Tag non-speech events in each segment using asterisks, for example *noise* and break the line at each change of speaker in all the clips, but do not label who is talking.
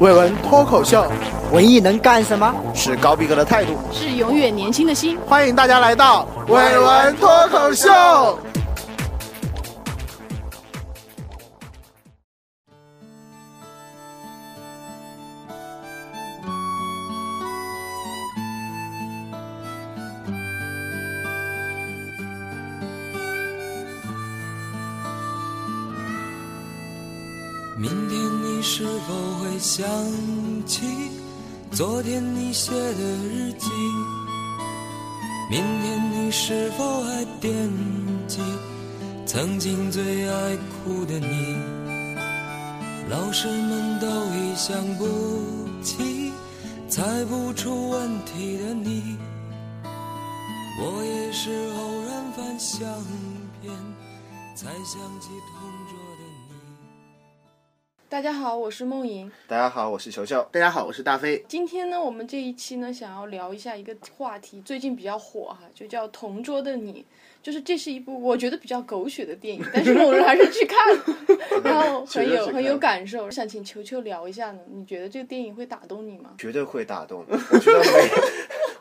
伟文脱口秀
文艺能干什么？
是高逼格的态度，
是永远年轻的心。
欢迎大家来到伟文脱口秀。
明天你是否会想起昨天你写的日记？明天你是否还惦记曾经最爱哭的你？老师们都已想不起猜不出问题的你，我也是偶然翻相片才想起同桌的你。
大家好，我是梦莹。
大家好，我是球
*laughs*
球。大家好，我是大飞。
今天呢，我们这一期呢，想要聊一下一个话题，最近比较火哈、就叫《同桌的你》。就是这是一部我觉得比较狗血的电影，但是我们还是
*laughs*
去看，然后很有很有感受。想请球球聊一下呢，你觉得这个电影会打动你吗？
绝对会打动。我觉得每，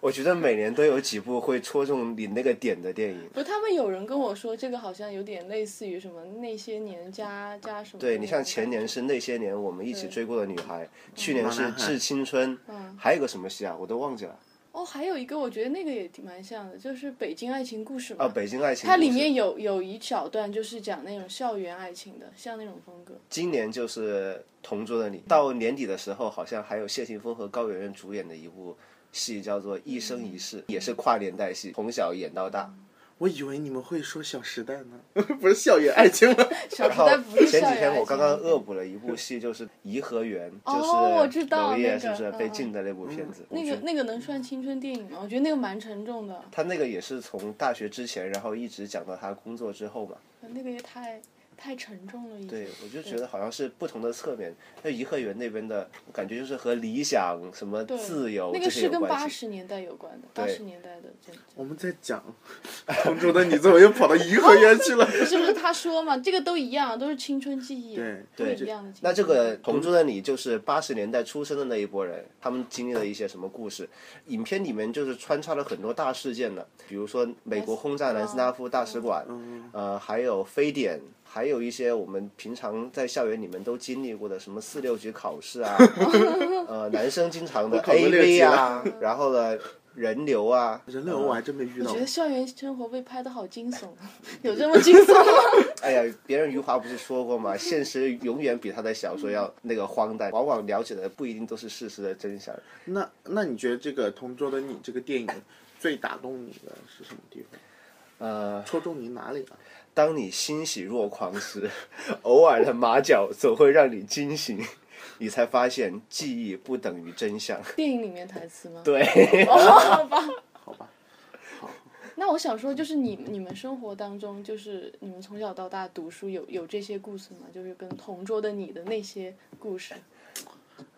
我觉得每年都有几部会戳中你那个点的电影。
不，他们有人跟我说，这个好像有点类似于什么那些年加加什么。
对你像前年是那些年我们一起追过的女孩，去年是致青春，
嗯
还有个什么戏啊，我都忘记了
哦，还有一个我觉得那个也挺蛮像的，就是《北京爱情故事》嘛。
啊，《北京爱情故事》
它里面有有一小段就是讲那种校园爱情的，像那种风格。
今年就是同桌的你，到年底的时候好像还有谢霆锋和高圆圆主演的一部。戏叫做《一生一世》，也是跨年代戏，从小演到大。
嗯我以为你们会说《小时代》呢， *laughs* 不是校园爱情吗？
*laughs*
小
然
时
后
代不是校
前
园
几天我刚刚
爱情
恶补了一部戏，就是《颐和园》，
哦我
就
知
是
道
娄
那
烨
个
是不是被
嗯
禁的那部片子？我
那
觉
个
得
那个能算青春电影吗？我觉得那个蛮沉重的，
他那个也是从大学之前，然后一直讲到他工作之后嘛。
那个也太太沉重了。已经
对，我就觉得好像是不同的侧面。那颐和园那边的我感觉就是和理想、什么
对
自由
那
这
个
些
是
有
跟八
关系。
十年代有关的，
对
八十年代的这
我
这
们在讲《同桌的你》，怎么又跑到颐和园去了？
是不是他说嘛？这个都一样，都是青春记忆，
对
都
对
一样的青春记忆。
那这个《同桌的你》就是八十年代出生的那一波人，他们经历了一些什么故事？影片里面就是穿插了很多大事件的，比如说美国轰炸南斯拉夫大使馆，
嗯
呃，还有非典，还有一些我们平常在校园里面都经历过的什么四六级考试
*laughs*
啊，呃，男生经常的
考过
A
六级
V
了
啊，然后呢人流
*laughs*
啊，
*laughs* 人类我还真没遇
我
到
觉
过
得。校园生活被拍的好惊悚，啊有这么惊
*laughs*
悚吗？
哎呀，别人余华不是说过吗？现实永远比他的小说要那个荒诞，往往了解的不一定都是事实的真相。
那那你觉得这个《同桌的你》这个电影最打动你的是什么地方？
呃，
戳中你哪里了？
当你欣喜若狂时， *laughs* 偶尔的马脚总会让你惊醒，你才发现记忆不等于真
*laughs*
相。
电影里面台词吗？
对，
好吧，
好吧，
那我想说，就是你你们生活当中，就是你们从小到大读书有有这些故事吗？就是跟同桌的你的那些
*laughs*
故事，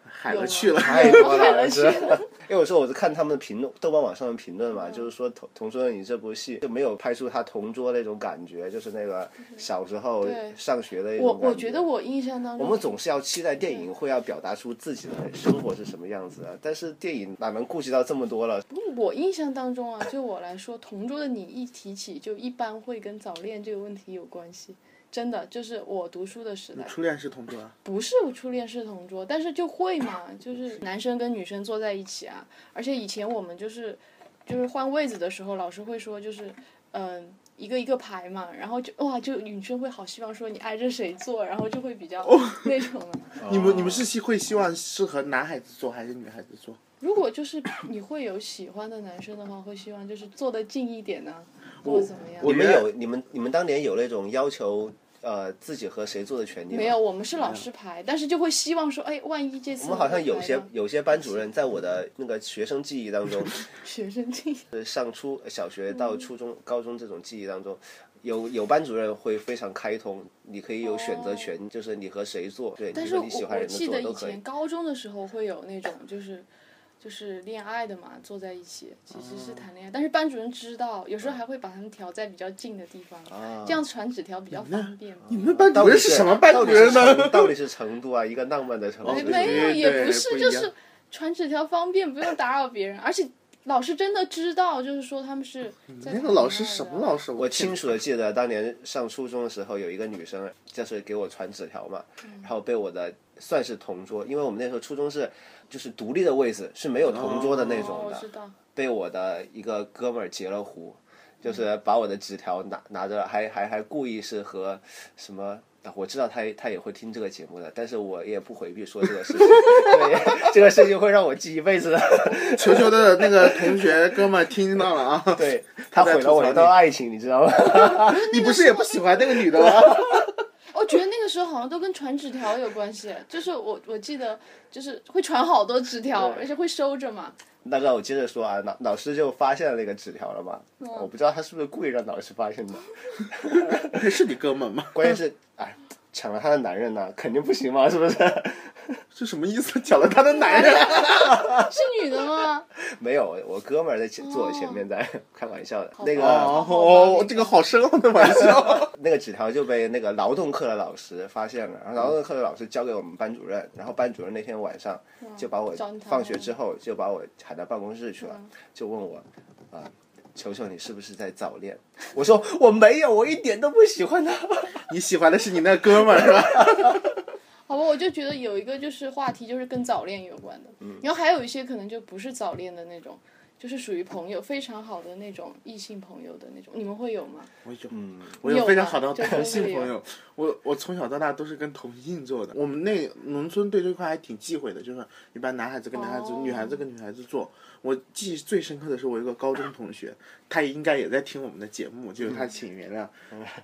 海
有
了
吗
去了。
太多
看了
了，
去嗯
是。 *laughs* 因为我说我是看他们的评论，豆瓣网上的评论嘛，就是说同同桌的你这部戏就没有拍出他同桌那种感觉，就是那个小时候
对
上学的那种
我
感
我觉得我印象当
我
中，
们总是要期待电影会要表达出自己的生活是什么样子的，但是电影哪能顾及到这么多了？
不过嗯我印象当中啊，就我来说，同桌的你一提起，就一般会跟早恋这个问题有关系。真的，就是我读书的时
你
代，
初恋是同桌啊？
不是初恋是同桌，但是就会嘛，就是男生跟女生坐在一起啊。而且以前我们就是，就是换位子的时候，老师会说就是，嗯、一个一个排嘛，然后就哇，就女生会好希望说你挨着谁坐，然后就会比较
哦
那种的。
你们你们是希会希望是和男孩子做还是女孩子做？
如果就是你会有喜欢的男生的话，会希望就是坐得近一点呢、或
我
者怎么
你
样？
们
原来
有你们你们当年有那种要求呃自己和谁坐的权利吗？
没有，，我们是老师排，但是就会希望说，哎，万一这次
我们好像有
排
些
到
有些班主任在我的那个学生记忆当中，
学生进
就是上初小学
嗯
到初中、高中这种记忆当中。有有班主任会非常开通，你可以有选择权，就是你和谁坐，对，
哦但
你
是
和
我
你喜欢
我
人的
记
坐
得
都
以
可以
前。高中的时候会有那种，就是就是恋爱的嘛，坐在一起其实
哦
是谈恋爱，但是班主任知道，有时候还会把他们调在比较近的地方，这样传纸条比较方便嘛。
哦你们班主任是什么班
到
主
底是
任呢？
成到底是成都啊，一个浪漫的城市。
哎没有，
对
也
对
不
不
是，
一
就
样
是传纸条方便，不用打扰别人，而且老师真的知道，就是说他们是在
哦那
谈
个
恋
老
爱
师什
的
么老师？
我
天
清楚的记得，当年上初中的时候，有一个女生就是给我传纸条嘛，然后被我的算是同桌，因为我们那时候初中是就是独立的位置，是没有同桌的那
哦
种
我
的，
知道，
被我的一个哥们儿截了胡，就是把我的纸条拿拿着，还还还故意是和什么。啊我知道他也他也会听这个节目的，但是我也不回避说这个事情， *laughs* 对，这个事情会让我记一辈子的。
球球的那个同学哥们儿听到了啊，
对他毁了我的一段爱情，你知道吗？
你不是也不喜欢那个女的吗？
我觉得那个时候好像都跟传纸条有关系，就是我我记得就是会传好多纸条，而且会收着嘛。
那让我接着说啊，老老师就发现了那个纸条了嘛，我不知道他是不是故意让老师发现的，
*laughs* 是你哥们儿吗？
关键是哎，抢了他的男人呢、肯定不行嘛，是不 *laughs* 是？
这什么意思？抢了他的男人？
是女的吗？
没有，我哥们儿在前坐我前面在、开玩笑的，那个
哦哦，这个好深奥的玩笑。
那个纸条就被那个劳动课的老师发现了，然后
嗯
劳动课的老师交给我们班主任，然后班主任那天晚上就把我
找嗯你谈
放学之后就把我喊到办公室去了，就问我啊。球球，你是不是在早恋？ *laughs* 我说我没有，我一点都不喜欢他。
你喜欢的是你那哥们儿是吧？
好吧，我就觉得有一个就是话题就是跟早恋有关的，然后还有一些可能就不是早恋的那种，就是属于朋友非常好的那种异性朋友的那种，你们会有吗？
我有，嗯我有
有
非常
吗
好的
就
同
是
性
会有
朋友。我我从小到大都是跟同性做的。我们那农村对这块还挺忌讳的，就是一般男孩子跟男孩子，
哦
女孩子跟女孩子做。我记忆最深刻的是我一个高中同学，他应该也在听我们的节目，就是他请原谅。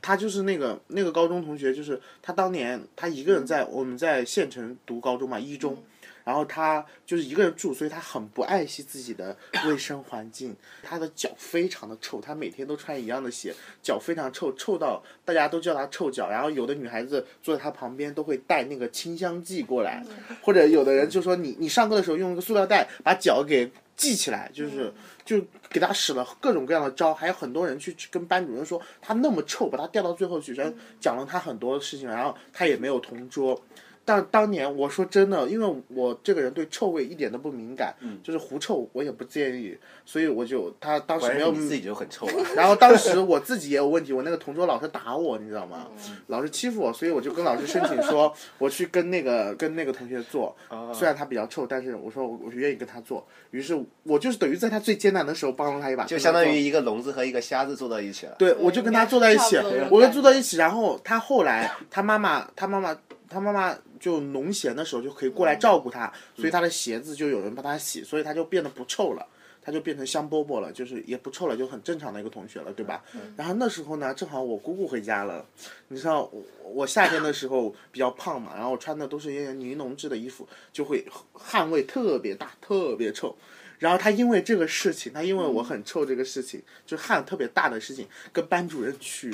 他就是那个那个高中同学，就是他当年他一个人在我们在县城读高中嘛，一中。然后他就是一个人住，所以他很不爱惜自己的卫生环境。他的脚非常的臭，他每天都穿一样的鞋，脚非常臭，臭到大家都叫他臭脚。然后有的女孩子坐在他旁边都会带那个清香剂过来，或者有的人就说你你上课的时候用一个塑料袋把脚给系起来，就是就给他使了各种各样的招，还有很多人去去跟班主任说他那么臭，把他调到最后去，然后讲了他很多事情，然后他也没有同桌。但当年我说真的，因为我这个人对臭味一点都不敏感，就是狐臭我也不介意，所以我就他当时
反
没有
正你自己就很臭啊。 *laughs*
然后当时我自己也有问题，我那个同桌老是打我，你知道吗？
嗯
老是欺负我，所以我就跟老师申请说，我去跟那个跟那个同学做，虽然他比较臭，但是我说我我愿意跟他做。于是我就是等于在他最艰难的时候帮了他一把，
就相当
跟他
于
做
一个聋子和一个瞎子坐到一起了。，
对，我就跟他坐在一起
差不多，
我跟坐在一起，然后他后来他妈妈，他妈妈，他妈妈就农闲的时候就可以
嗯
过来照顾他，所以他的鞋子就有人帮他洗，所以他就变得不臭了。他就变成香饽饽了，就是也不臭了，就很正常的一个同学了，对吧？
嗯
然后那时候呢，正好我姑姑回家了，你知道我我夏天的时候比较胖嘛，然后我穿的都是一些尼龙制的衣服，就会汗味特别大，特别臭。然后他因为这个事情，他因为我很臭这个事情，就汗特别大的事情，跟班主任去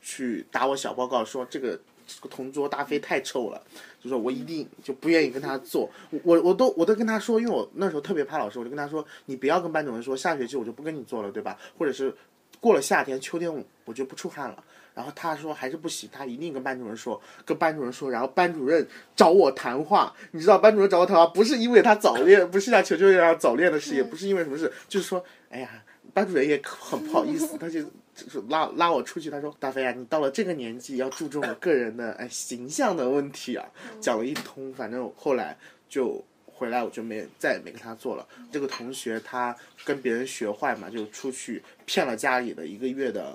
去打我小报告说这个。这个同桌大飞太臭了，就说我一定就不愿意跟他做，我我我都我都跟他说，因为我那时候特别怕老师，我就跟他说，你不要跟班主任说，下学期我就不跟你做了，对吧？或者是过了夏天、秋天我我就不出汗了。然后他说还是不行，他一定跟班主任说，跟班主任说，然后班主任找我谈话，你知道班主任找我谈话不是因为他早恋，不是像球球一样早恋的事，也不是因为什么事，就是说，哎呀，班主任也很不好意思，他就就是拉拉我出去，他说大飞啊，你到了这个年纪要注重我个人的哎形象的问题啊，讲了一通，反正后来就回来我就没再也没跟他做了。这个同学他跟别人学坏嘛，就出去骗了家里的一个月的。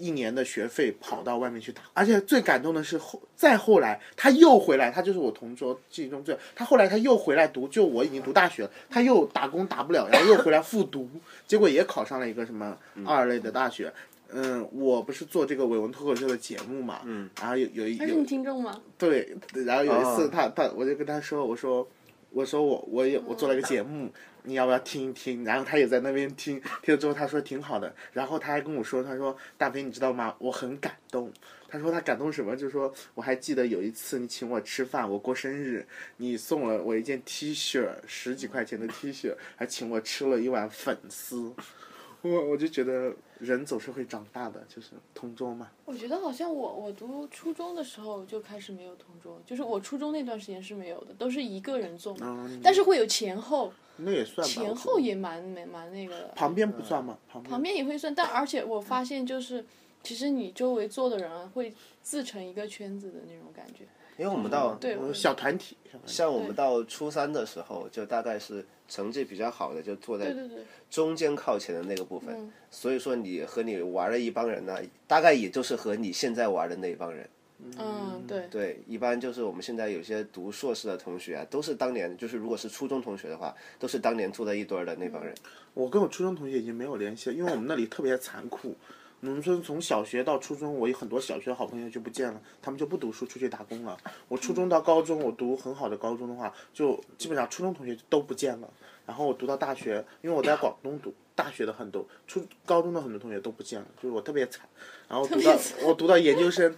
一年的学费跑到外面去打，而且最感动的是后再后来他又回来，他就是我同桌记忆中最他后来他又回来读，就我已经读大学了，他又打工打不了，然后又回来复读，结果也考上了一个什么二类的大学。嗯，我不是做这个伟文脱口秀的节目嘛，嗯，然后有有一
他是你
有
听众吗？
对，然后有一次
啊
他、他我就跟他说，我说我说我我也我做了一个节目，你要不要听一听？然后他也在那边听，听了之后他说挺好的，然后他还跟我说，他说大飞你知道吗？我很感动。他说他感动什么？就说我还记得有一次你请我吃饭，我过生日，你送了我一件 T 恤，十几块钱的 T 恤，还请我吃了一碗粉丝。我我就觉得人总是会长大的，就是同桌嘛。
我觉得好像我我读初中的时候就开始没有同桌，就是我初中那段时间是没有的，都是一个人做嘛，
嗯，
但是会有前后，
那也算吧。我
前
觉
后
得
也蛮蛮蛮那个的。
旁
嗯
边不算吗？旁边
旁边也会算，但而且我发现就是，其实你周围坐的人啊会自成一个圈子的那种感觉。
因为我们到嗯
对，我
小团体。小团体
像我们到初三的时候，就大概是成绩比较好的就坐在
对对对，
中间靠前的那个部分，
嗯
所以说你和你玩的一帮人呢，大概也就是和你现在玩的那一帮人。
嗯对，
对，一般就是我们现在有些读硕士的同学啊，都是当年就是如果是初中同学的话，都是当年住在一堆儿的那帮人。
嗯
我跟我初中同学已经没有联系了，因为我们那里特别残酷。农村从小学到初中，我有很多小学好朋友就不见了，他们就不读书，出去打工了。我初中到高中，我读很好的高中的话，就基本上初中同学都不见了。然后我读到大学，因为我在广东读大学的很多，初高中的很多同学都不见了，就是我特别惨。然后读到我读到研究
*laughs*
生，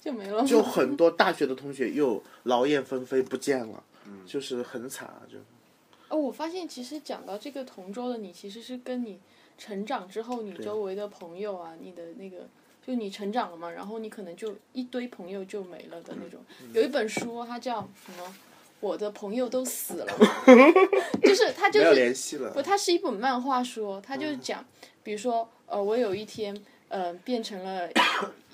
就没了。
就很多大学的同学又劳燕分飞不见了，
嗯
就是很惨啊，就
哦，我发现其实讲到这个同桌的你，其实是跟你成长之后，你周围的朋友啊，你的那个，就你成长了嘛，然后你可能就一堆朋友就没了的那种。
嗯
有一本书，它叫什么？我的朋友都死了，
*laughs*
就是它就
没有
是
联系了
不，。它是一本漫画书，哦它
嗯
就讲，比如说，呃，我有一天，呃，变成了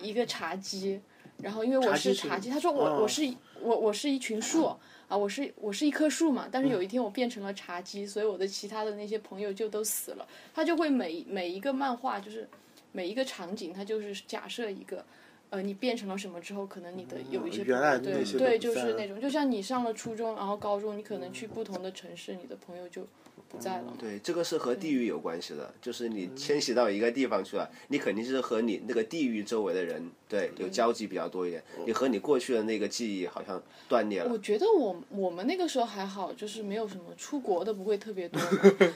一个茶几，然后因为我
茶几
是
是
茶几，他说我、
哦
我是我我是一群树啊，我是我是一棵树嘛，但
嗯
是有一天我变成了茶几，所以我的其他的那些朋友就都死了，他就会每每一个漫画就是每一个场景，它就是假设一个。呃，你变成了什么之后，可能你的有一些朋
嗯原来
友对
那些
对，
都
就
不在
是
了
那种，就像你上了初中，然后高中，你可能去不同的城市，你的朋友就不在了嘛。
对，这个是和地域有关系的，就是你迁徙到一个地方去了，你肯定是和你那个地域周围的人对
嗯
有交集比较多一点，你和你过去的那个记忆好像断裂了
我。觉得我我们那个时候还好，就是没有什么出国的不会特别
*laughs*
多嘛，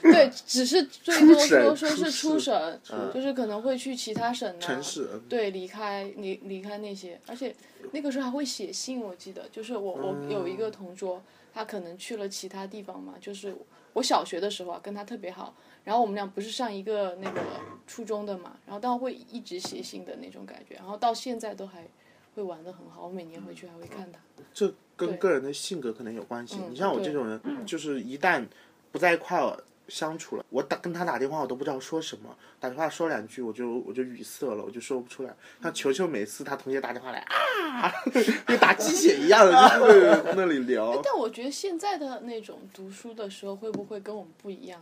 对，只是最多说
省
说是
出
出
省
省，就是可能会去其他省、啊、
嗯城市嗯
对，离开离离开那些，而且那个时候还会写信，我记得，就是我
嗯
我有一个同桌，他可能去了其他地方嘛，就是我小学的时候啊，跟他特别好，然后我们俩不是上一个那个初中的嘛，然后但会一直写信的那种感觉，然后到现在都还会玩的很好，我每年回去还会看他。
这跟
对
个人的性格可能有关系。
嗯
你像我这种人，就是一旦不在一块儿相处了，我打跟他打电话，我都不知道说什么，打电话说两句，我就我就语塞了，我就说不出来。像球球每次他同学打电话来啊， *laughs* 就打鸡血一样的，就是在那里聊。
*laughs* 但我觉得现在的那种读书的时候，会不会跟我们不一样？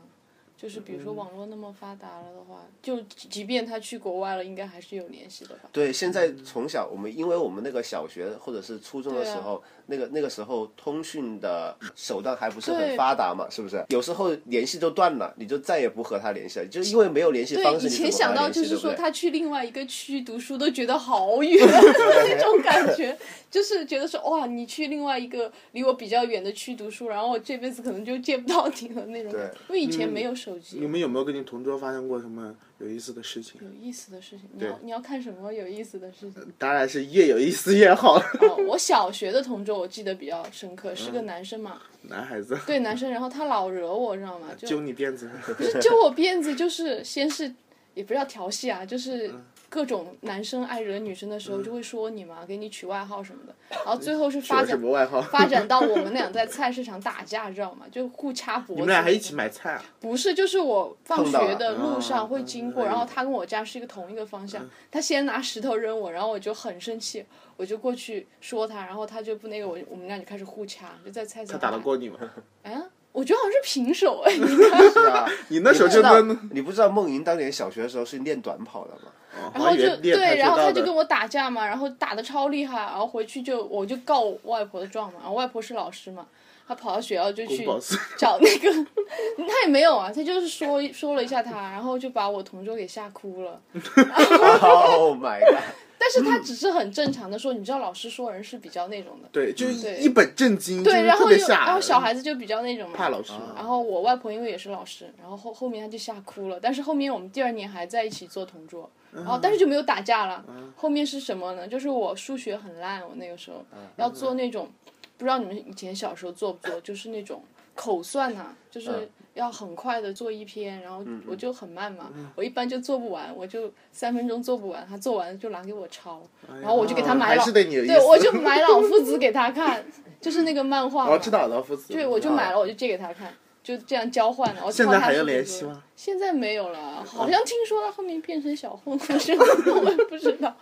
就是比如
嗯
说网络那么发达了的话，就即即便他去国外了，应该还是有联系的吧？
对，现在
嗯
从小我们因为我们那个小学或者是初中的
对
时
啊
候，那个那个时候通讯的手段还不是很
对
发达嘛，是不是？有时候联系就断了，你就再也不和他联系了，就因为没有联系方式，
以
你怎么和
前
他
想到
联系
就是
对不
说
对？
他去另外一个区读书都觉
*laughs*
得好远的 *laughs* 那种感觉，就是觉得说哇，你去另外一个离我比较远的区读书，然后我这辈子可能就见不到你了那种感觉。因为以前
嗯
没有手机
你。们有没有跟你同桌发生过什么有意思的事情？啊
有意思的事情，你要你要看什么有意思的事情？
*laughs*
当然是越有意思越好，
哦，我小学的同桌我记得比较深刻，是
嗯
个男生嘛，
男孩子。
对男生，然后他老惹我，知道吗？就
揪你辫子，*laughs*
不是揪我辫子，就是先是也不叫调戏啊，就是
嗯
各种男生爱惹女生的时候就会说你嘛，给你取外号什
*laughs*
么的，然后最后是
取
发
了什
展
么外号？
发展到我们俩在菜市场打架，知道吗？就互掐脖子。
你们俩还一起？买菜啊？
不是，就是我放
碰到
学
了
的路上会经过，
嗯
然后他跟我家是一个同一个方向，他先拿石头扔我，然后我就很生气，我就过去说他，然后他就不那个我，我们俩就开始互掐，就在菜市
他
场
打得过你吗？
嗯，我觉得好像是平手
*laughs*
哎。
是啊， *laughs*
你那时候就跟
你不知道孟莹当年小学的时候是练短跑的
*laughs*
吗？ *laughs*
然后就对，然后他就
我。
跟我打架嘛，然后打的超厉害，然后回去就我就告我外婆的状嘛，然后外婆是老师嘛，她跑到学校就去
宫保寺
找那个，她也没有啊，她就是说说了一下他，然后就把我同桌给吓哭了，
Oh my god！
但是他只是很正常的说，你知道老师说人是比较那种的，
对，就是
对
一本正经，就
对，
是
然
特
后
别
又
吓人。
然后小孩子就比较那种嘛，
怕老师，啊
然后我外婆因为也是老师，然后后后面她就吓哭了，但是后面我们第二年还在一起做同桌，然
嗯
后但是就没有打架了。后面是什么呢？就是我数学很烂，我那个时候
嗯
要做那种，不知道你们以前小时候做不做，就是那种口算呐、就是
嗯
要很快的做一篇，然后我就很慢嘛，
嗯
我一般就做不完，我就三分钟做不完，他做完就拿给我抄，然后我就给他
啊
买
还
老，
是对你有意
对
思
我就买老夫子给他看，就是那个漫画嘛。
我哦知道老夫子，
对，我就买了，我就借给他看，就这样交换了。我
啊现
抄
在
他
还
数
要
学
联
作
系
业
吗？嗯
现在没有了，好像听说他后面变成小混混是吗？我也不知
*laughs*
道。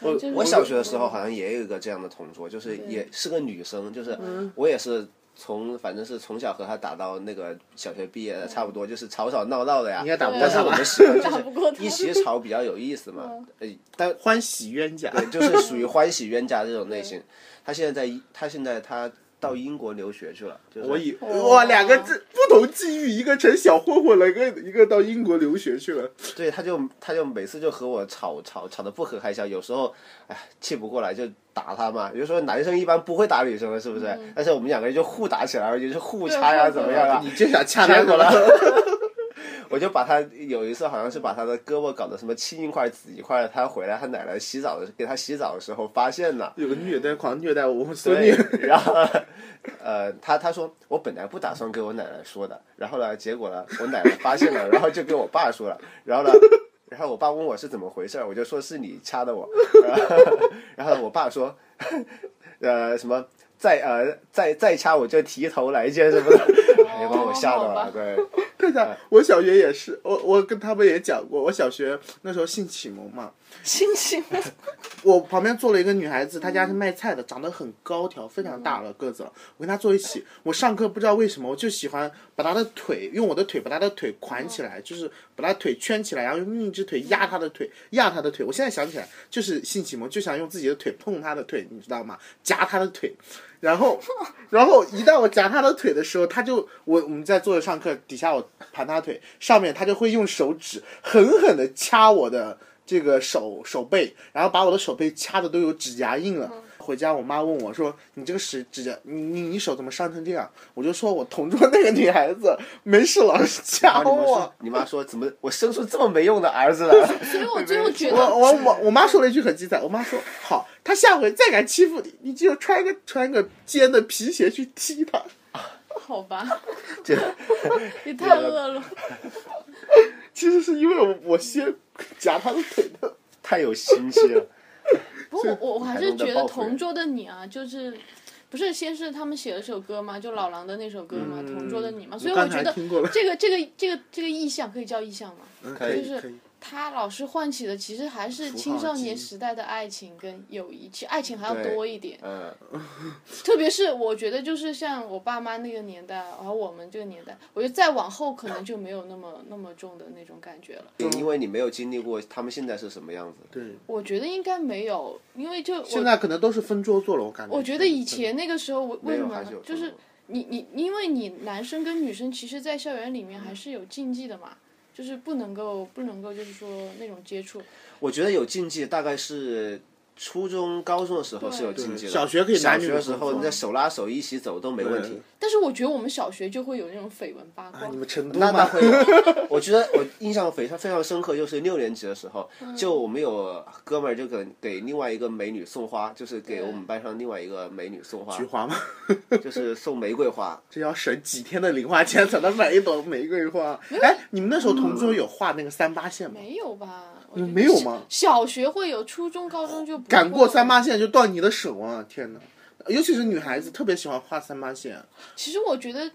我
我小学的时
嗯
*laughs*
候好像也有一个这样的同桌，就是也是个女生，就是
嗯
我也是从反正是从小和她打到那个小学毕业的差不多，就是吵吵闹闹的呀。
嗯应该打不过
但是
她
我
吧
们喜
*laughs*
欢
打不过
就是
她
一起吵比较有意思嘛，
嗯
呃，但
欢喜冤家，
就是属于欢喜冤家这种类型。她现在在英，她现在她到英国留学去了，就是
我以
哇
哇，两个这不同际遇，一个成小混混了，一个一个到英国留学去了。
对，他就他就每次就和我吵吵吵得不可开交，有时候哎气不过来就打他嘛。有时候男生一般不会打女生的，是不是？但是我们两个人就互打起来，而且是互
对
掐呀，
互
怎么
打
样啊
你？就想
*laughs*
掐
结
他
果
过
呢
来，
我就把他有一次好像是把他的胳膊搞得什么青一块紫一块，他回来他奶奶洗澡的给他洗澡的时候发现了。
有个虐待狂虐待我孙
对
女，， *laughs*
然后，呃，他他说我本来不打算跟我奶奶说的，然后呢，结果呢，我奶奶发现了，然后就跟我爸说了，然后呢， *laughs* 然后我爸问我是怎么回事儿，我就说是你掐的我， *laughs* 然后然后我爸说， *laughs* 呃，什么再呃再再掐我就提头来见什么
*laughs*
的，也把我吓到
哦好吧
了，对，
*laughs*
嗯
对的，我小学也是，我我跟他们也讲过，我小学那时候性启蒙嘛，
心情
我旁边坐了一个女孩子，她家是卖菜的，长得很高挑，非常大了个子了。我跟她坐一起，我上课不知道为什么，我就喜欢把她的腿用我的腿把她的腿捆起来，就是把她腿圈起来，然后用另一只腿压她的腿，压她的腿。我现在想起来，就是性启蒙，就想用自己的腿碰她的腿，你知道吗？夹她的腿。然后，然后一旦我夹她的腿的时候，她就我我们在坐着上课，底下我盘她腿，上面她就会用手指狠狠的掐我的这个手手背，然后把我的手背掐的都有指甲印了。回家我妈问我说：“你这个指指甲，你你你手怎么伤成这样？”我就说我同桌那个女孩子没事老是
然
掐
后你们
哦我
说。你妈说怎么我生出这么没用的儿子来，
所以我最后觉
我
得，
我我我妈说了一句很精彩，我妈说：“好，她下回再敢欺负你，你就穿一个穿一个尖的皮鞋去踢她。”
好吧，
*laughs* 就
也太恶了。
其实是因为我我先夹她的腿的。
太有心机
*laughs*
了。
不过我我还
台
是觉
中的报
得《
复人
同桌的你》啊，就是不是先是他们写了首歌嘛，就老狼的那首歌嘛，同桌的你》嘛，所嗯以我
嗯刚
觉
才
得
听嗯过了
这个这个这个这个意象可以叫意象吗？
可
以
就是
可以，
他老是唤起的其实还是
符号
青少年
记忆
时代的爱情跟友谊，其实爱情还要
对
多一点。
嗯，
特别是我觉得，就是像我爸妈那个年代，然后我们这个年代，我觉得再往后可能就没有那么那么重的那种感觉了。
因为你没有经历过他们现在是什么样子。
对，
我觉得应该没有，因为就
现
我
在可能都是分桌坐了，我感觉。
我觉得以前那个时候，我
没
为
嗯
什
有
么
还是
呢
有
就
分
是
工
你你因为你男生跟女生，其实，在校园里面还是有禁忌的嘛，就是不能够不能够就是说那种接触。
我觉得有禁忌，大概是初中、高中的时候是有禁忌的。
对小学可以
小
男女
学的时候
混
你
合
在手拉手一起走都没问题。
但是我觉得我们小学就会有那种绯闻八卦
啊你，们成都
那那
吗？
会有，我觉得我印象非常非常深刻，就是六年级的时候，
嗯
就我们有哥们儿就给给另外一个美女送花，就是给我们班上另外一个美女送花
菊，花吗？
就是送玫瑰花。
*laughs* 这要省几天的零花钱才能买一朵玫瑰花。哎，你们那时候同桌有画那个三八线吗？
没有吧？我觉得
嗯没有
小
吗
小学会有，初中、高中就不
赶过
会
三八线就断你的手啊！天哪，尤其是女孩子特别喜欢画三八线。
其实我觉得，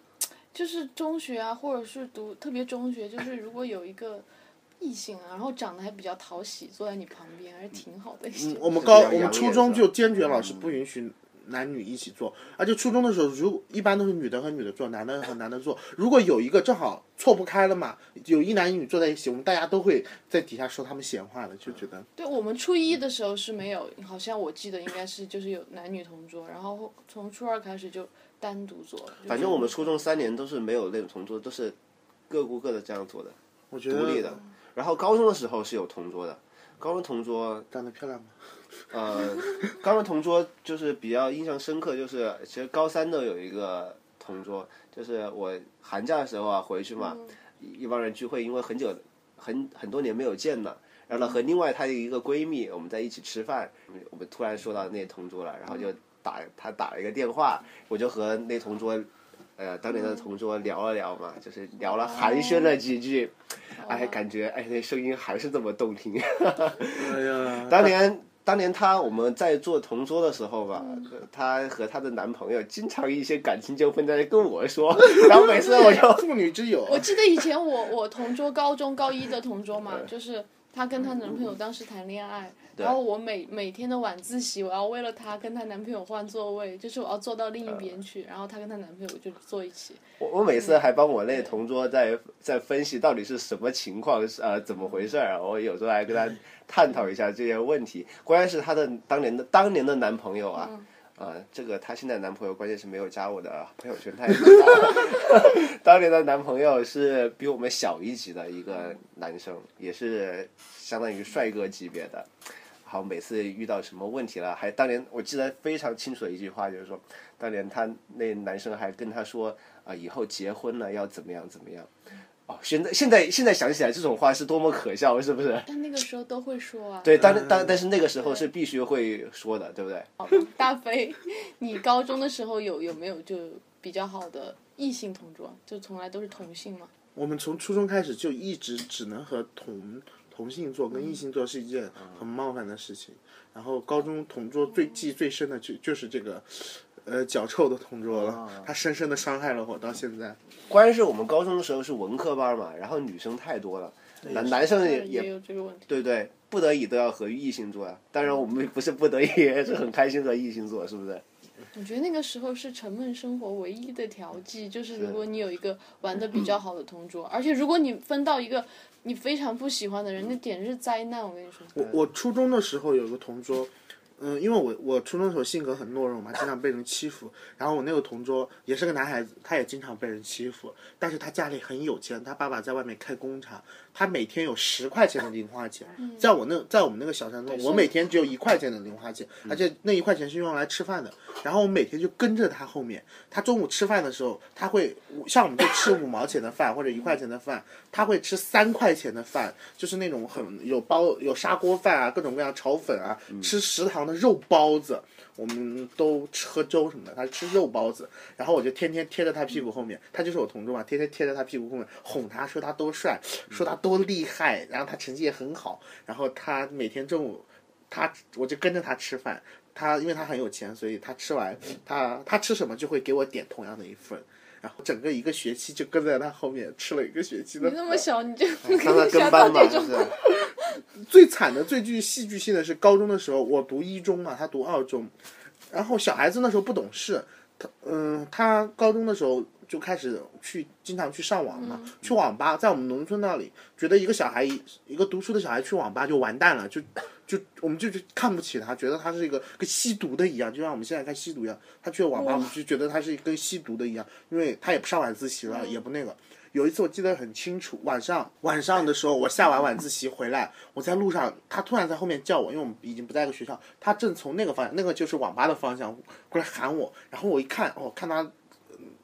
就是中学啊，或者是读特别中学，就是如果有一个异性啊，然后长得还比较讨喜，坐在你旁边，还是挺好的。
嗯，我们高
是比较
我们
养
初
眼
中
是吧
就坚决老师不允许男女一起坐，而且初中的时候，如果一般都是女的和女的坐，男的和男的坐。如果有一个正好错不开了嘛，有一男一女坐在一起，我们大家都会在底下说他们闲话的，就觉得
对我们初一的时候是没有，好像我记得应该是就是有男女同桌，然后从初二开始就单独坐了。
反正我们初中三年都是没有那种同桌，都是各顾各的这样做的。
我觉
独立
得
的。然后高中的时候是有同桌的，高中同桌
长得漂亮吗？
呃，高中同桌就是比较印象深刻，就是其实高三的有一个同桌，就是我寒假的时候啊回去嘛，一一帮人聚会，因为很久很很多年没有见了。然后呢，和另外她的一个闺蜜，我们在一起吃饭，我们突然说到那同桌了，然后就打她打了一个电话，我就和那同桌，呃，当年的同桌聊了聊嘛，就是聊了寒暄了几句，哎，感觉哎那声音还是这么动听。
哎呀，
当年当年她我们在做同桌的时候吧，她和她的男朋友经常一些感情纠纷在那跟我说，然后每次我就
妇女之友，啊
我记得以前我我同桌高中高一的同桌嘛，就是她跟她男朋友当时谈恋爱，然后我每每天的晚自习，我要为了她跟她男朋友换座位，就是我要坐到另一边去，然后她跟她男朋友就坐一起。
呃我我每次还帮我那同桌在在分析到底是什么情况，呃，怎么回事儿啊？我有时候还跟她探讨一下这些问题。关键是她的当年的当年的男朋友啊。啊、这个她现在男朋友关键是没有加我的朋友圈，她也不知道。 *laughs* 当年的男朋友是比我们小一级的一个男生，也是相当于帅哥级别的。好，每次遇到什么问题了，还当年我记得非常清楚的一句话，就是说，当年他那男生还跟她说啊、以后结婚了要怎么样怎么样。哦，现在现在现在想起来这种话是多么可笑，是不是？
但那个时候都会说啊，
对，当当但是那个时候是必须会说的，对不对？
*laughs* 大飞，你高中的时候有有没有就比较好的异性同桌？就从来都是同性嘛？
我们从初中开始就一直只能和同同性做，跟异性做是一件很冒犯的事情。然后高中同桌最记最深的就就是这个，呃，脚臭的同桌了，他深深的伤害了我，到现在。
关键是我们高中的时候是文科班嘛，然后女生太多了，男男生也
也
也
有这个问题。
对对，不得已都要和异性做呀。啊当然我们不是不得已，是很开心和异性做，是不是？
我觉得那个时候是沉闷生活唯一的调剂，就是如果你有一个玩的比较好的同桌，而且如果你分到一个你非常不喜欢的人，那简直是灾难。我跟你说，
我我初中的时候有一个同桌，嗯，因为我我初中的时候性格很懦弱嘛，经常被人欺负。然后我那个同桌也是个男孩子，他也经常被人欺负，但是他家里很有钱，他爸爸在外面开工厂，他每天有十块钱的零花钱。在我那在我们那个小山村，我每天只有一块钱的零花钱，而且那一块钱是用来吃饭的。然后我每天就跟着他后面，他中午吃饭的时候，他会像我们就吃五毛钱的饭或者一块钱的饭，他会吃三块钱的饭，就是那种很有包有砂锅饭啊，各种各样炒粉啊，吃食堂的肉包子，我们都吃喝粥什么的，他吃肉包子，然后我就天天贴着他屁股后面，他就是我同桌嘛，天天贴着他屁股后面哄他说他多帅，
嗯
说他多厉害，然后他成绩也很好，然后他每天中午。他我就跟着他吃饭，他因为他很有钱，所以他吃完他他吃什么就会给我点同样的一份，然后整个一个学期就跟在他后面吃了一个学期
你
的
那
饭。
么小 *laughs* 你就
当他
*laughs* 想
哎跟
到
班嘛，
这
是
种
不，是？
最惨的、最具戏剧性的是高中的时候，我读一中嘛，他读二中，然后小孩子那时候不懂事，他嗯，他高中的时候就开始去经常去上网嘛，去网吧，在我们农村那里，觉得一个小孩一个读书的小孩去网吧就完蛋了，就就我们就就看不起他，觉得他是一个跟吸毒的一样，就像我们现在看吸毒一样，他去网吧，我们就觉得他是跟吸毒的一样，因为他也不上晚自习了，也不那个。有一次我记得很清楚，晚上晚上的时候，我下完晚自习回来，我在路上，他突然在后面叫我，因为我们已经不在一个学校，他正从那个方向，那个就是网吧的方向过来喊我，然后我一看，哦，看他。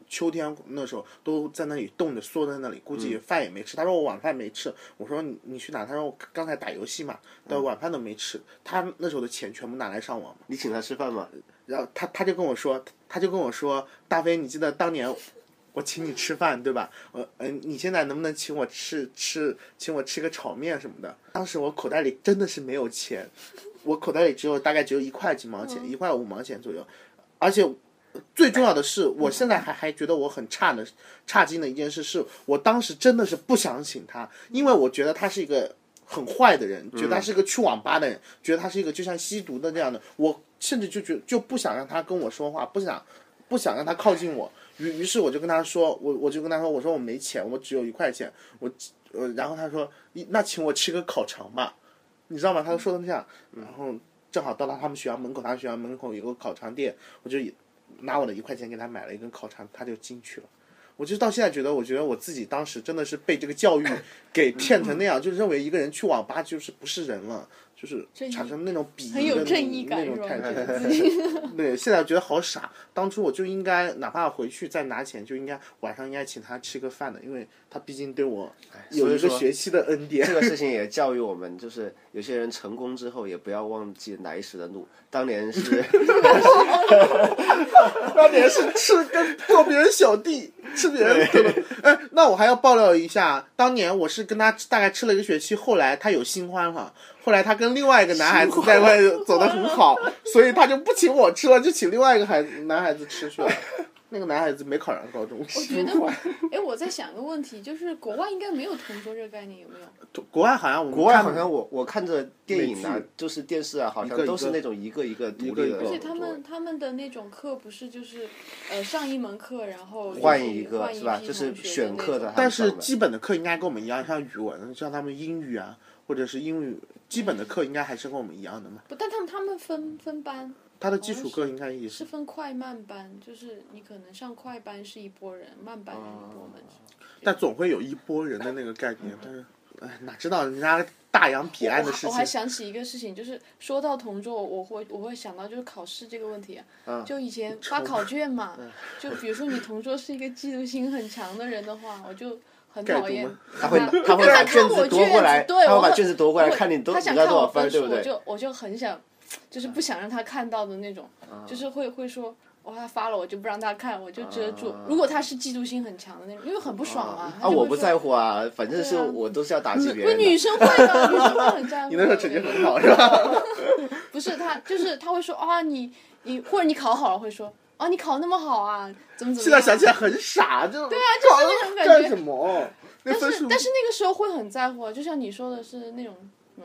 秋天那时候都在那里冻着，缩在那里，估计饭也没吃。他说我晚饭没吃，我说你你去哪？他说我刚才打游戏嘛，到晚饭都没吃。他那时候的钱全部拿来上网嘛。
你请他吃饭嘛？
然后他他就跟我说，他就跟我说，大飞，你记得当年我请你吃饭对吧？呃嗯、你现在能不能请我吃吃请我吃个炒面什么的？当时我口袋里真的是没有钱，我口袋里只有大概只有一块几毛钱，一块五毛钱左右，而且。最重要的是，我现在还还觉得我很差的差劲的一件事是，我当时真的是不想请他，因为我觉得他是一个很坏的人，觉得他是一个去网吧的人，觉得他是一个就像吸毒的那样的，我甚至就觉就不想让他跟我说话，不想不想让他靠近我。于于是我就跟他说，我我就跟他说，我说我没钱，我只有一块钱，我呃，然后他说，一那请我吃个烤肠吧，你知道吗？他说的这样，然后正好到了他们学校门口，他们学校门口有个烤肠店，我就拿我的一块钱给他买了一根烤肠，他就进去了。我就到现在觉得，我觉得我自己 *coughs* 当时真的是被这个教育给骗成那样，就认为一个人去网吧就是不是人了，就是
正义
产生那种鄙夷
很有
的那
正
种
义
那
感
种
是吧
态度。 *laughs* 对，现在觉得好傻，当初我就应该哪怕回去再拿钱，就应该晚上应该请他吃个饭的，因为他毕竟对我有一
哎所
个
以说
学期的恩典 *laughs*
这。个事情也教育我们，就是有些人成功之后也不要忘记来时的路。当年
*laughs*
是
当年是吃跟做别人小弟，吃别人的。哎，那我还要爆料一下，当年我是跟他大概吃了一个学期，后来他有新欢了，后来他跟另外一个男孩子在外走的很好，所以他就不请我吃了，就请另外一个孩子男孩子吃去了。 *laughs* 那个男孩子没考上高中，
我觉得，哎，我在想个问题，就是国外应该没有同桌这个概念，有没有？
*laughs* 国外好像我们
国外
看
好像我我看着电影啊
美剧，
就是电视啊，好
一个一
像
个
都是那种一个一个独
一个
立
一
的
个
那种座位。
而且他们他们的那种课不是就是，呃，上一门课然后就是
换一个
换
是吧
批
就是
同学
选
那
课的
种
但是基本的课应该跟我们一样，像语文，像他们英语啊，或者是英语基本的课应该还是跟我们一样的嘛。
不，但他们他们分分班，
他的基础课应该也
哦是分快慢班，就是你可能上快班是一拨人，慢班是一拨人。
哦
但总会有一波人的那个概念，但是，哎，哪知道人家大洋彼岸的事
啊我还
情，
想起一个事情，就是说到同桌，我会我会想到就是考试这个问题、啊。
嗯
就以
*laughs*
前发考卷嘛，就比如说你同桌是一个嫉妒心很强的人的话，我就很
盖
讨
住
厌
吗。
他会
那
他会把
他
卷
看我
子夺过来，
子对，
他
我
会把
很
卷子夺过来，
我会
看你都
他
你
想
在
看
多
我
少分，对
数，
不
我
对？
就我就很想，就是不想让他看到的那种，
啊
就是会会说。哇，他发了我就不让他看，我就遮住。如果他是嫉妒心很强的那种，因为很不爽嘛。他
啊，
就会
我不
说
在乎啊，反正是
对啊
我都是要打击别人
不是女
的。
生会
*laughs*
的，女生会很在乎。
你那时候成绩很好是
*laughs*
吧？
不是他，就是他会说啊，你你或者你考好了会说啊，你考那么好啊，怎么怎么样。
现在想起来很傻，就对啊，
就是那种感觉
干什么？那
但
分
是
数
但是那个时候会很在乎啊，就像你说的是那种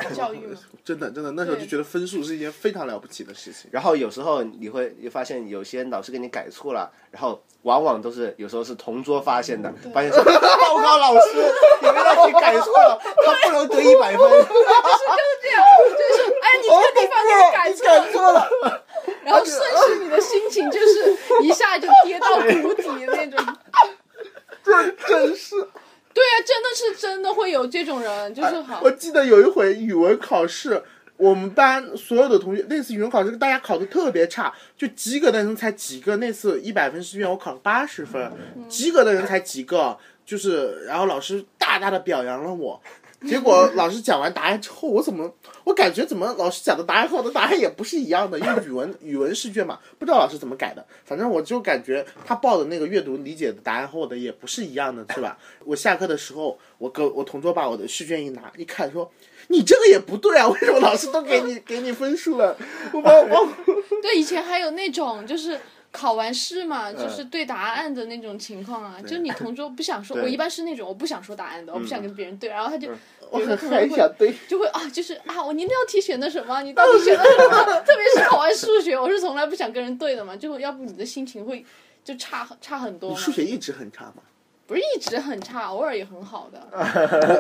什么教育
*laughs*
嘛，
真的真的，那时候就觉得分数是一件非常了不起的事情。
然后有时候你会你发现有些老师给你改错了，然后往往都是有时候是同桌发现
嗯
的，发现说 *laughs* 报告老师，你们那题改错了，他不能得一百分。
就是这样，就是哎，你这个地方给我改错了，
错了，
然后瞬时你的心情就是一下就跌到谷底
*laughs*
那种。
这真是。
对啊，真的是真的会有这种人，就是好
我，记得有一回语文考试，我们班所有的同学那次语文考试大家考的特别差，就及格的人才及格。那次一百分试卷我考了八十分，
嗯
及格的人才及格，就是然后老师大大的表扬了我。结果老师讲完答案之后，我怎么我感觉怎么老师讲的答案和我的答案也不是一样的？因为语文语文试卷嘛，不知道老师怎么改的。反正我就感觉他报的那个阅读理解的答案和我的也不是一样的，是吧？ *laughs* 我下课的时候，我跟我同桌把我的试卷一拿一看，说。你这个也不对啊！为什么老师都给你给你分数了？我把我
*laughs* 对，以前还有那种就是。考完试
嗯
嘛，就是对答案的那种情况啊，就是你同桌不想说，
对
我一般是那种我不想说答案的，我不
嗯
想跟别人对，然后他就，
我
比如说
很
同
很
学
想
会
对，
就会啊，就是啊，我你那道题选的什么？ *laughs* 你到底选的什么？特别是考完数学，我 *laughs* 是从来不想跟人对的嘛，就要不你的心情会就差很差很多
你
嘛。
数学一直很差吗？
不是一直很差，偶尔也很好的。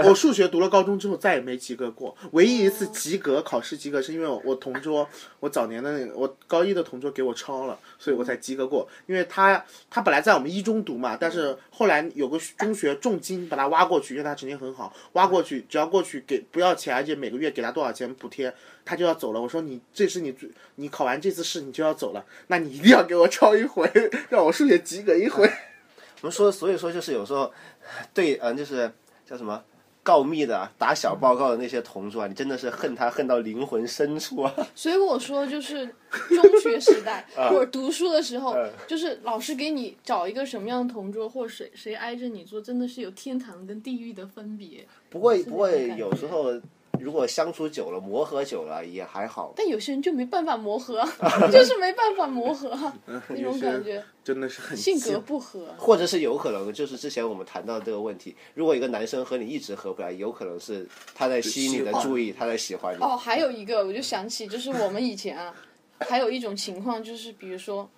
我我数学读了高中之后再也没及格过，唯一一次及格考试及格是因为我我同桌，我早年的那个我高一的同桌给我抄了，所以我才及格过。因为他他本来在我们一中读嘛，但是后来有个中学重金把他挖过去，因为他成绩很好，挖过去只要过去给不要钱，而且每个月给他多少钱补贴，他就要走了。我说你这是你最你考完这次试你就要走了，那你一定要给我抄一回，让我数学及格一回。
我们说，所以说就是有时候对，嗯、就是叫什么告密的啊、打小报告的那些同桌啊，你真的是恨他恨到灵魂深处啊。
所以我说，就是中学时代或者读书的时候，就是老师给你找一个什么样的同桌，或者谁谁挨着你坐，真的是有天堂跟地狱的分别。
*laughs* 不过不过
这种感觉
有时候如果相处久了、磨合久了也还好。
但有些人就没办法磨合， *laughs* 就是没办法磨合那
*laughs*
种感觉，
真的是很
性
贱
格不合。
或者是有可能，就是之前我们谈到这个问题，如果一个男生和你一直合不来，有可能是他在吸引你的注意，他在喜欢你。
哦，还有一个，我就想起，就是我们以前啊，还有一种情况，就是比如说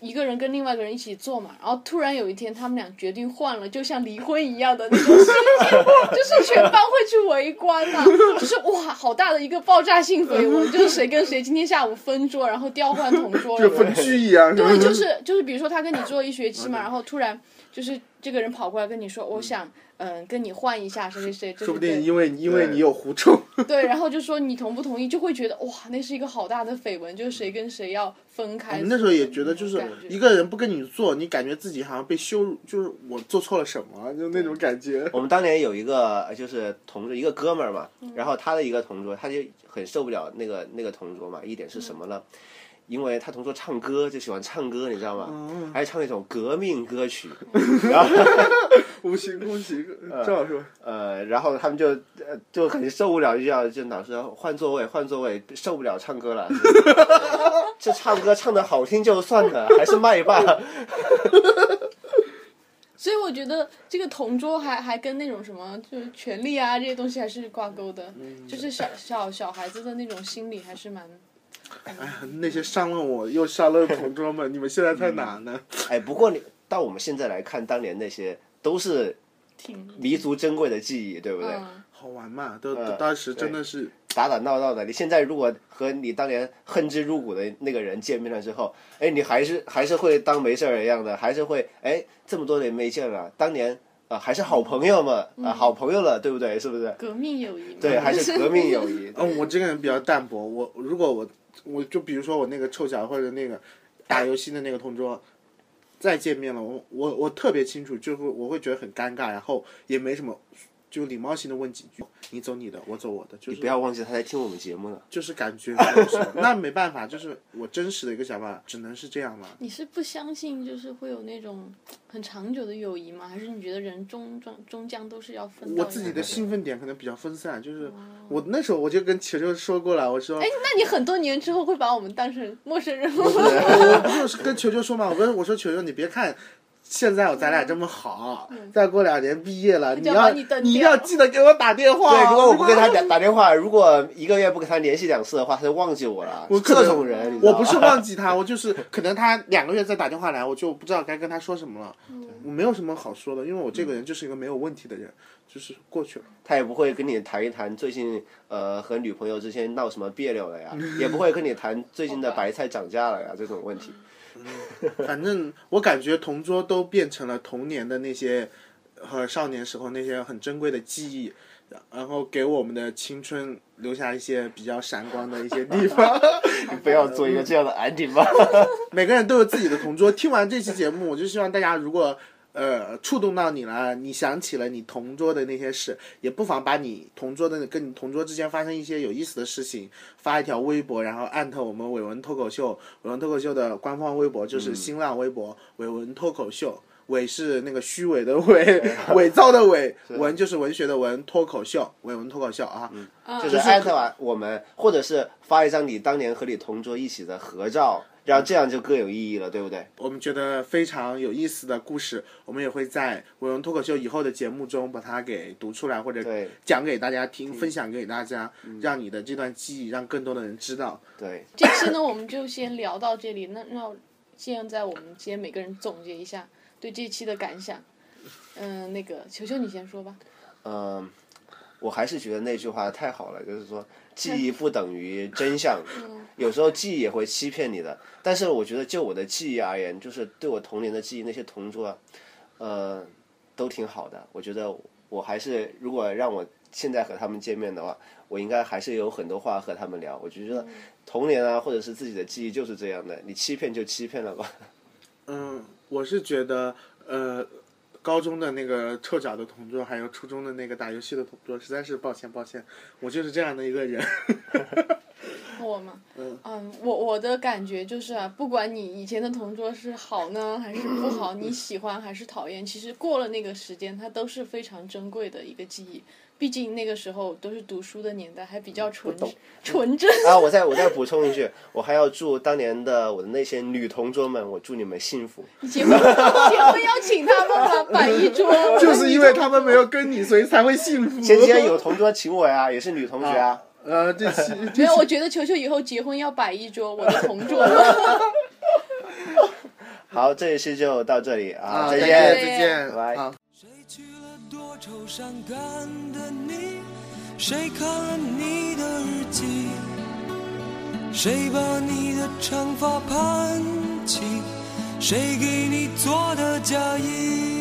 一个人跟另外一个人一起做嘛，然后突然有一天他们俩决定换了，就像离婚一样的那种事情， *laughs* 就是全班会去围观呐、就是哇，好大的一个爆炸性绯闻，就是谁跟谁今天下午分桌，然后调换同桌了
就。分居一样，
对，就是就是，比如说他跟你做一学期嘛，然后突然就是这个人跑过来跟你说，我想嗯跟你换一下谁谁谁，对
说不定
对？
因为因为
对
你有狐臭，
对，然后就说你同不同意，就会觉得哇，那是一个好大的绯闻，就是谁跟谁要分
我 *laughs*
开。
哦们那时候也觉得，就是
感觉
一个人不跟你做，你感觉自己好像被羞辱，就是我做错了什么，就那种感觉。 *laughs*
我们当年有一个呃就是同桌，一个哥们儿嘛，
嗯
然后他的一个同桌，他就很受不了那个那个同桌嘛。一点是什么呢？
嗯
因为他同桌唱歌就喜欢唱歌，你知道
嗯
吗？还唱那种革命歌曲，
恭喜恭喜，郑老师，
呃，然后他们就呃就很受不了，就要就老是要换座位，换座位，受不了唱歌了。 *laughs* 这唱歌唱的好听就算了，还是麦霸。
所以我觉得这个同桌还还跟那种什么就是权利啊这些东西还是挂钩的，
嗯
就是小小小孩子的那种心理还是
*laughs*
蛮。
哎那些伤了我又伤了同桌们，你们现在在哪呢？
哎，不过你到我们现在来看，当年那些都是
挺
弥足珍贵的记忆，对不对？
嗯，
好玩嘛，都都当时真的是
打打闹闹的，你现在如果和你当年恨之入骨的那个人见面了之后，哎，你还是还是会当没事儿一样的，还是会哎，这么多年没见了，当年啊、还是好朋友嘛，啊、
嗯
好朋友了，对不对？是不是？
革命友谊嘛
对，还是革
*laughs*
命友
*laughs*
谊。
嗯，我这个人比较淡薄。我如果我，我就比如说我那个臭脚或者那个打游戏的那个同桌，再见面了，我我我特别清楚，就是我会觉得很尴尬，然后也没什么，就礼貌性的问几句，你走你的，我走我的，就
你
是
不要忘记他在听我们节目呢。
就是感觉就是那没办法，就是我真实的一个想法，只能是这样了。
你是不相信就是会有那种很长久的友谊吗？还是你觉得人终终终将都是要分道
我
扬
自己的兴奋点可能比较分散，就是我那时候我就跟球球说过了，我说
哦哎，那你很多年之后会把我们当成陌生人吗？
我不就是跟球球说嘛，我跟我说球球，你别看现在我咱俩这么好，再过两年毕业了，你
就
要
嗯把你
你
蹬掉
一定要记得给我哎打电话。
对，如果我不跟他打打电话，如果一个月不跟他联系两次的话，他就忘记我了。
我可能
这种人，你知道吧
我不是忘记他，我就是可能他两个月再打电话来，我就不知道该跟他说什么了。
嗯
我没有什么好说的，因为我这个人就是一个没有问题的人，就是过去了。
他也不会跟你谈一谈最近呃和女朋友之间闹什么别扭了 *laughs* 呀，也不会跟你谈最近的白菜涨价了呀这种问题。
反正我感觉同桌都变成了童年的那些和少年时候那些很珍贵的记忆，然然后给我们的青春留下一些比较闪光的一些地方。
你不要做一个这样的安 *laughs* 迪吧。
每个人都有自己的同桌。听完这期节目，我就希望大家如果呃触动到你了，你想起了你同桌的那些事，也不妨把你同桌的跟你同桌之间发生一些有意思的事情发一条微博，然后艾特我们伟文脱口秀，伟文脱口秀的官方微博就是新浪微博、伟文脱口秀。伪是那个虚伪的伪， *laughs* 伪造的伪，文就是文学的文，脱口秀，伟文脱口秀啊，
就是艾特完我们，或者是发一张你当年和你同桌一起的合照，然后这样就更有意义了，对不对？
我们觉得非常有意思的故事，我们也会在《文文脱口秀》以后的节目中把它给读出来，或者
对嗯
讲给大家听，分享给大家，让你的这段记忆让更多的人知道。
对，
*coughs* 这期呢，我们就先聊到这里。那那现在我们先每个人总结一下对这期的感想。嗯、那个球球你先说吧。
嗯，我还是觉得那句话太好了，就是说记忆不等于真相，有时候记忆也会欺骗你的。但是我觉得就我的记忆而言，就是对我童年的记忆，那些同桌啊，呃，都挺好的。我觉得我还是如果让我现在和他们见面的话，我应该还是有很多话和他们聊。我觉得童年啊，或者是自己的记忆就是这样的，你欺骗就欺骗了吧。 *laughs*
嗯，我是觉得，呃，高中的那个臭脚的同桌，还有初中的那个打游戏的同桌，实在是抱歉抱歉，我就是这样的一个
*laughs*
人。
我嘛，嗯，我我的感觉就是啊，不管你以前的同桌是好呢还是不好，你喜欢还是讨厌，其实过了那个时间，它都是非常珍贵的一个记忆。毕竟那个时候都是读书的年代，还比较纯纯真。 *laughs*
啊，我再我再补充一句，我还要祝当年的我的那些女同桌们，我祝你们幸福。
节目节目邀请他们了，摆一桌，
就是因为他们没有跟你，所以才会
*laughs*
幸福。
前几天有同桌请我呀，也是女同学啊。
*laughs* 呃，这期
没有，我觉得球球以后结婚要摆一桌，我的同桌了。
好，这一期就到这里啊，
啊，
再
再
见。
再见，
拜拜
好。
谁去了多愁善感的你？谁看了你的日记？谁把你的长发盘起？谁给你做的嫁衣？